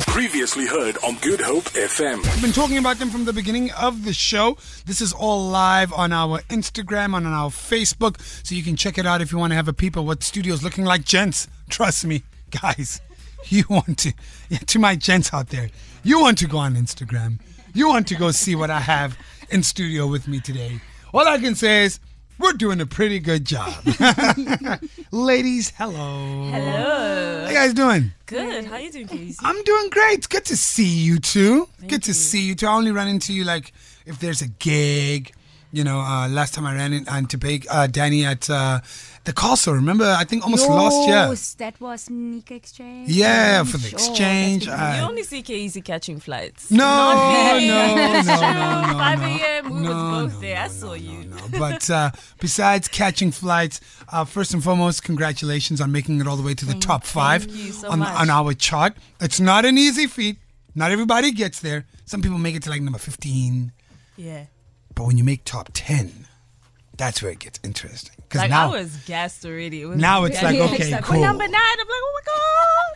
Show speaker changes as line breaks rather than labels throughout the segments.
Previously heard on Good Hope FM.
We've been talking about them from the beginning of the show. This is all live on our Instagram and on our Facebook, so you can check it out if you want to have a peep at what studio's looking like. Gents, trust me, guys, you want to, yeah, to my gents out there, you want to go on Instagram. You want to go see what I have in studio with me today. All I can say is, we're doing a pretty good job. Ladies, hello.
Hello.
Oh,
How you guys doing?
Good. How you doing, Casey?
I'm doing great. Good to see you too. Good to see you too. I only run into you like if there's a gig. You know, uh, last time I ran in, into big, uh, Danny at uh, the castle. Remember, I think almost last year.
Yours, That was Nika Exchange.
Yeah,
I'm
for the
sure
exchange.
that's
You
Uh,
only see Casey catching flights.
no, no,
Not me.
no, no, no, no.
5 a.m.
No,
We was
no,
both there. I saw you.
But uh, besides catching flights, uh, first and foremost, congratulations on making it all the way to the top five
you so
on,
much.
on our chart. It's not an easy feat. Not everybody gets there. Some people make it to like number 15.
Yeah.
But when you make top 10, that's where it gets interesting. Because
Like
now,
I was gassed already. It was
now it's like,
Yeah,
okay,
exactly.
cool.
We're number nine. I'm like, oh my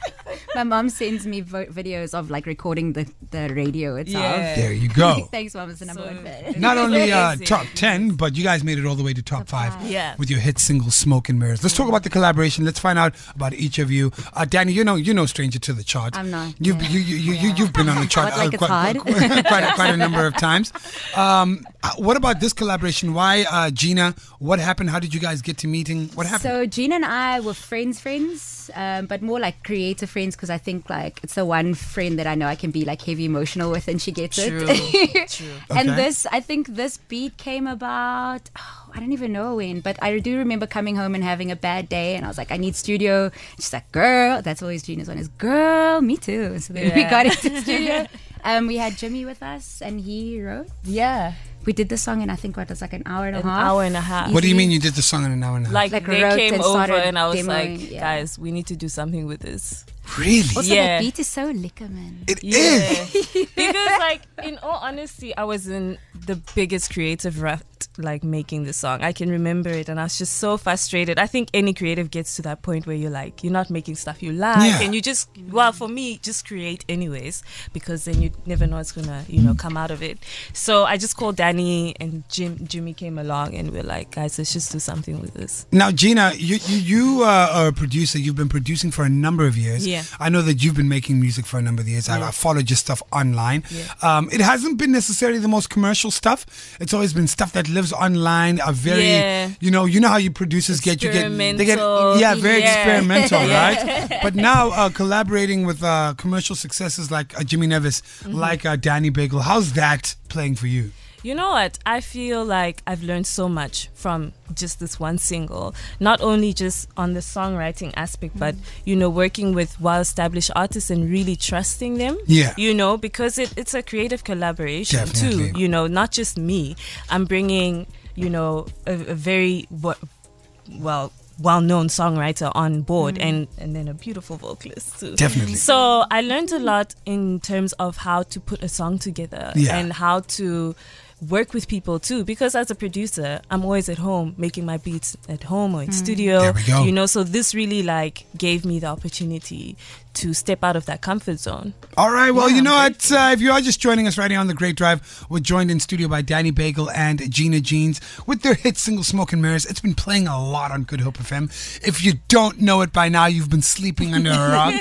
god.
My mom sends me vo- videos of like recording the, the radio itself.
Yeah.
there you go.
Thanks, mom. It's the number
So-
one fan.
Not only uh,
Amazing.
top 10, but you guys made it all the way to top five
Yeah.
with your hit single Smoke and Mirrors. Let's talk about the collaboration. Let's find out about each of you. Uh, Danny, you know you know stranger to the chart.
I'm not,
You've,
yeah.
you, you, you, you, you've been on the chart
But like
uh,
it's
quite,
hard.
quite, quite, quite a number of times. Um, uh, what about this collaboration? Why, uh, Gina? What happened? How did you guys get to meeting? What happened?
So Gina and I were friends, friends, um, but more like creative friends because I think like it's the one friend that I know I can be like heavy emotional with, and she gets
True.
it.
True.
And
Okay.
this, I think this beat came about, oh, I don't even know when, but I do remember coming home and having a bad day. And I was like, I need studio. she's like, girl, that's always Gina's one is, girl, me too. So then we
Yeah.
got into studio. Um, we had Jimmy with us and he wrote.
Yeah.
We did the song in, I think, what, it was like an hour and
An
a half.
hour and a half.
what do you
easy.
mean you did the song in an hour and a half?
Like,
Uh-huh. Like,
they
wrote
came
and
over
started
and I was
demoing,
like,
yeah.
guys, we need to do something with this.
really?
Also,
Yeah.
the beat is so liquor, man.
It is.
Yeah. because like in all honesty, I was in the biggest creative rut like making the song. I can remember it and I was just so frustrated. I think any creative gets to that point where you're like you're not making stuff you like
Yeah.
and you just well for me just create anyways because then you never know what's going to, you know, come out of it. So I just called Danny and Jim Jimmy came along and we're like, guys, let's just do something with this.
Now, Gina, you you, you uh, are a producer. You've been producing for a number of years.
Yeah.
I know that you've been making music for a number of years. I,
Yeah.
I followed your stuff online.
Yeah.
Um, it hasn't been necessarily the most commercial stuff. It's always been stuff that lives online. A very,
Yeah.
you know, you know how you producers get you get they get
Experimental.
yeah very
Yeah.
experimental,
Yeah.
right? But now uh, collaborating with uh, commercial successes like uh, Jimmy Nevis,
Mm-hmm.
like uh, Danny Bagel, how's that playing for you?
You know what? I feel like I've learned so much from just this one single. Not only just on the songwriting aspect, but
Mm.
you know, working with well-established artists and really trusting them.
Yeah.
You know, because it, it's a creative collaboration
Definitely.
too. You know, not just me. I'm bringing you know a, a very wo- well well-known songwriter on board and and then a beautiful vocalist too
Mm. Definitely.
so i learned a lot in terms of how to put a song together
Yeah.
and how to work with people too because as a producer i'm always at home making my beats at home or in studio
There we go.
you know so this really like gave me the opportunity to step out of that comfort zone
All right. Well,
Yeah,
you know
I'm
what? Uh, if you are just joining us right here on the Great Drive, we're joined in studio by Danny Bagel and Gina Jeans with their hit single "Smoke and Mirrors." It's been playing a lot on Good Hope FM. If you don't know it by now, you've been sleeping under a rock.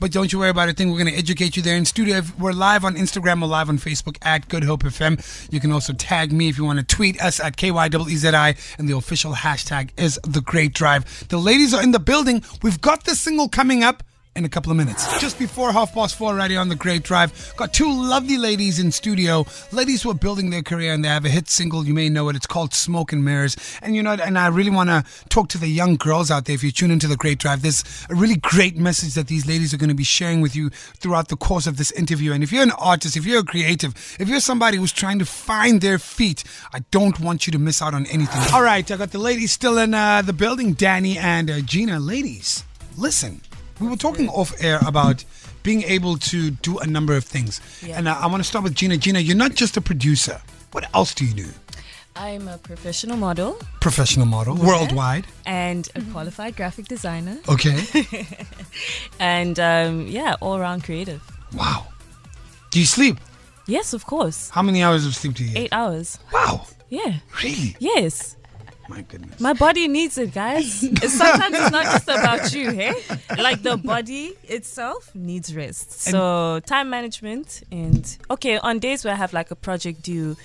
but don't you worry about a thing. We're going to educate you there in studio. If we're live on Instagram. We're live on Facebook at Good Hope FM. You can also tag me if you want to tweet us at E KYEZI, and the official hashtag is the Great Drive. The ladies are in the building. We've got this single coming up in a couple of minutes. Just before half past four, right here on the Great Drive, got two lovely ladies in studio. Ladies who are building their career and they have a hit single. You may know it. It's called Smoke and Mirrors. And you know, and I really want to talk to the young girls out there. If you tune into the Great Drive, there's a really great message that these ladies are going to be sharing with you throughout the course of this interview. And if you're an artist, if you're a creative, if you're somebody who's trying to find their feet, I don't want you to miss out on anything. All right, I got the ladies still in uh, the building, Danny and uh, Gina. Ladies, listen. We were talking off air about being able to do a number of things.
Yeah.
And I, I want to start with Gina. Gina, you're not just a producer. What else do you do?
i'm a professional model
Professional model, worldwide.
and a qualified graphic designer
Okay.
and um, yeah all-around creative
Wow. Do you sleep?
Yes, of course.
How many hours of sleep do you get?
Eight hours.
Wow.
Yeah.
Really?
Yes.
My goodness.
My body needs it, guys. It's- Sometimes it's not just about you, hey? Like the body itself needs rest. So time management and okay, on days where I have like a project due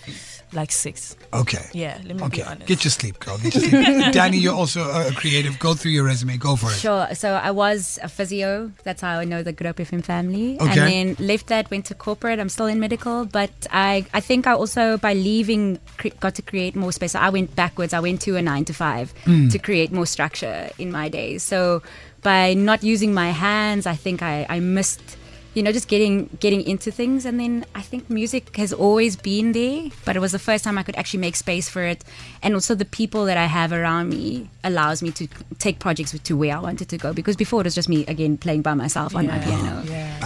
like six.
Okay.
Yeah, let me
Okay.
be honest.
Get your sleep, girl. Get your sleep. Danny, you're also a a creative. Go through your resume. Go for it.
Sure. So I was a physio. That's how I know the Good Hope FM family.
Okay.
And then left that, went to corporate. I'm still in medical, but I, I think I also, by leaving, cre- got to create more space. So I went backwards. I went to a nine to five to create more structure in my days. So by not using my hands, I think I, I missed. You know, just getting getting into things, and then I think music has always been there, but it was the first time I could actually make space for it, and also the people that I have around me allows me to take projects to where I wanted to go. Because before it was just me again playing by myself on my piano.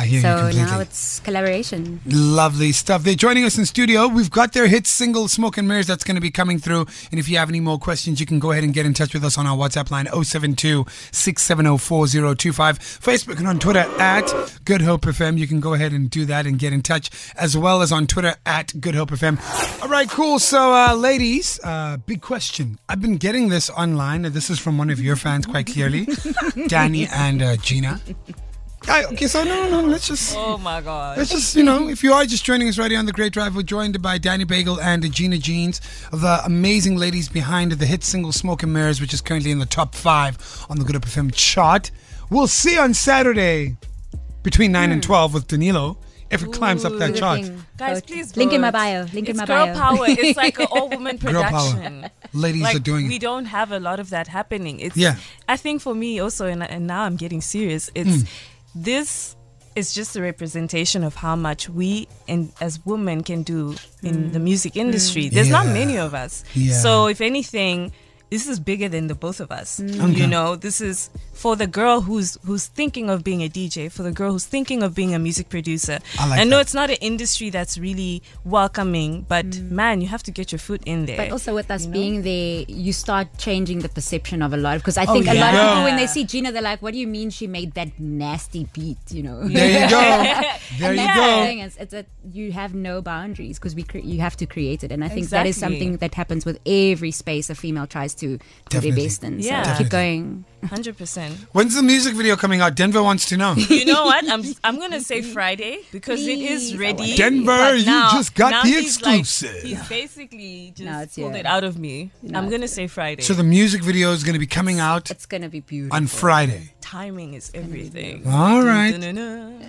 I hear you
So
completely.
now it's collaboration.
Lovely stuff. They're joining us in studio. We've got their hit single "Smoke and Mirrors" that's going to be coming through. And if you have any more questions, you can go ahead and get in touch with us on our WhatsApp line 072-670-4025, Facebook and on Twitter at Good Hope FM. You can go ahead and do that and get in touch, as well as on Twitter at Good Hope FM. All right, cool. So, uh, ladies, uh, big question. I've been getting this online. and This is from one of your fans, quite clearly, Danny and uh, Gina. I, okay, so no, no, no. Let's just.
Oh my god.
It's just, you know, if you are just joining us right here on The Great Drive, we're joined by Danny Bagel and Gina Jeans, the amazing ladies behind the hit single Smoke and Mirrors, which is currently in the top five on the Good Up FM chart. We'll see on Saturday between 9 and 12 with Danilo if it climbs up that
Good
chart.
thing.
Guys,
Vote.
please
Link in my
vote.
bio. Link in
it's
my
girl
bio.
power. It's like an all woman
Girl power.
production.
Ladies
like,
are doing
we
it.
don't have a lot of that happening. It's
Yeah.
I think for me also, and, and now I'm getting serious.
Mm.
It's this is just a representation of how much we and as women can do
Mm.
in the music industry. There's not
Yeah.
many of us.
Yeah.
So if anything. This is bigger than the both of us.
Mm.
Okay.
You know, this is for the girl who's who's thinking of being a DJ, for the girl who's thinking of being a music producer.
I like
know
that.
it's not an industry that's really welcoming, but man, you have to get your foot in there.
Mm. But also with us being there, you start changing the perception of a lot. Because I
Oh,
think a lot
yeah.
of people, when they
Yeah.
see Gina, they're like, "What do you mean she made that nasty beat?" You know.
There you go. There
and
you
that's the
go.
thing is, it's that you have no boundaries because we cre- you have to create it, and I think that is
Exactly.
something that happens with every space a female tries to do their
Definitely.
best in. So
Yeah.
keep going.
Hundred percent.
When's the music video coming out? Denver wants to know.
You know what? I'm I'm gonna say Friday because it is
Please, I
ready.
Denver,
but
you just got
now
the
he's like-
exclusive.
he's basically just
No, it's
pulled
here.
it out of me.
No,
I'm
it's
gonna say Friday.
So the music video is going to be coming out
It's gonna be beautiful.
on Friday.
timing is everything.
All right.
Dun-dun-dun.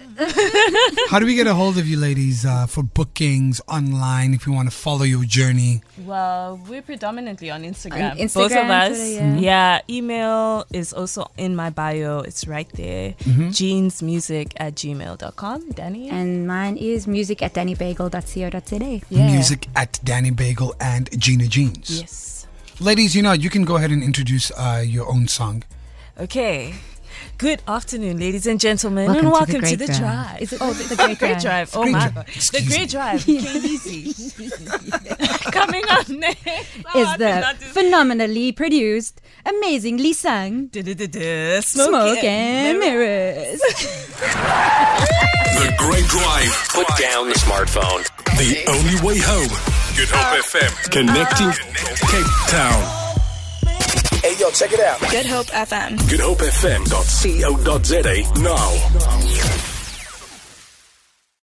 How do we get a hold of you ladies uh, for bookings online if we want to follow your journey?
Well, we're predominantly on Instagram.
On
Both of
Instagram,
us.
Mm-hmm.
Twitter,
yeah. email is also in my bio. It's right there.
Mm-hmm.
Jeansmusic at gmail.com. Danny.
and mine is music at dannybagel.co.za.
yeah.
Music at Danny Bagel and Gina Jeans.
Yes.
Ladies, you know, you can go ahead and introduce uh, your own song.
Okay. Good afternoon, ladies and gentlemen,
Welcome
and
to
welcome
The
to the
Great Drive.
drive.
Is it- oh, The Great Drive.
Oh my,
Drive.
the
Excuse me.
Great Drive. Came easy. Coming up next Ah,
Is the phenomenally produced, amazingly sung,
the
smoke, and mirrors.
The Great Drive.
Put down the smartphone.
The only way home. Good
Uh.
Hope FM. Connecting Cape Town.
Hey, yo, check it out.
Good Hope FM.
GoodHopeFM.co.za now.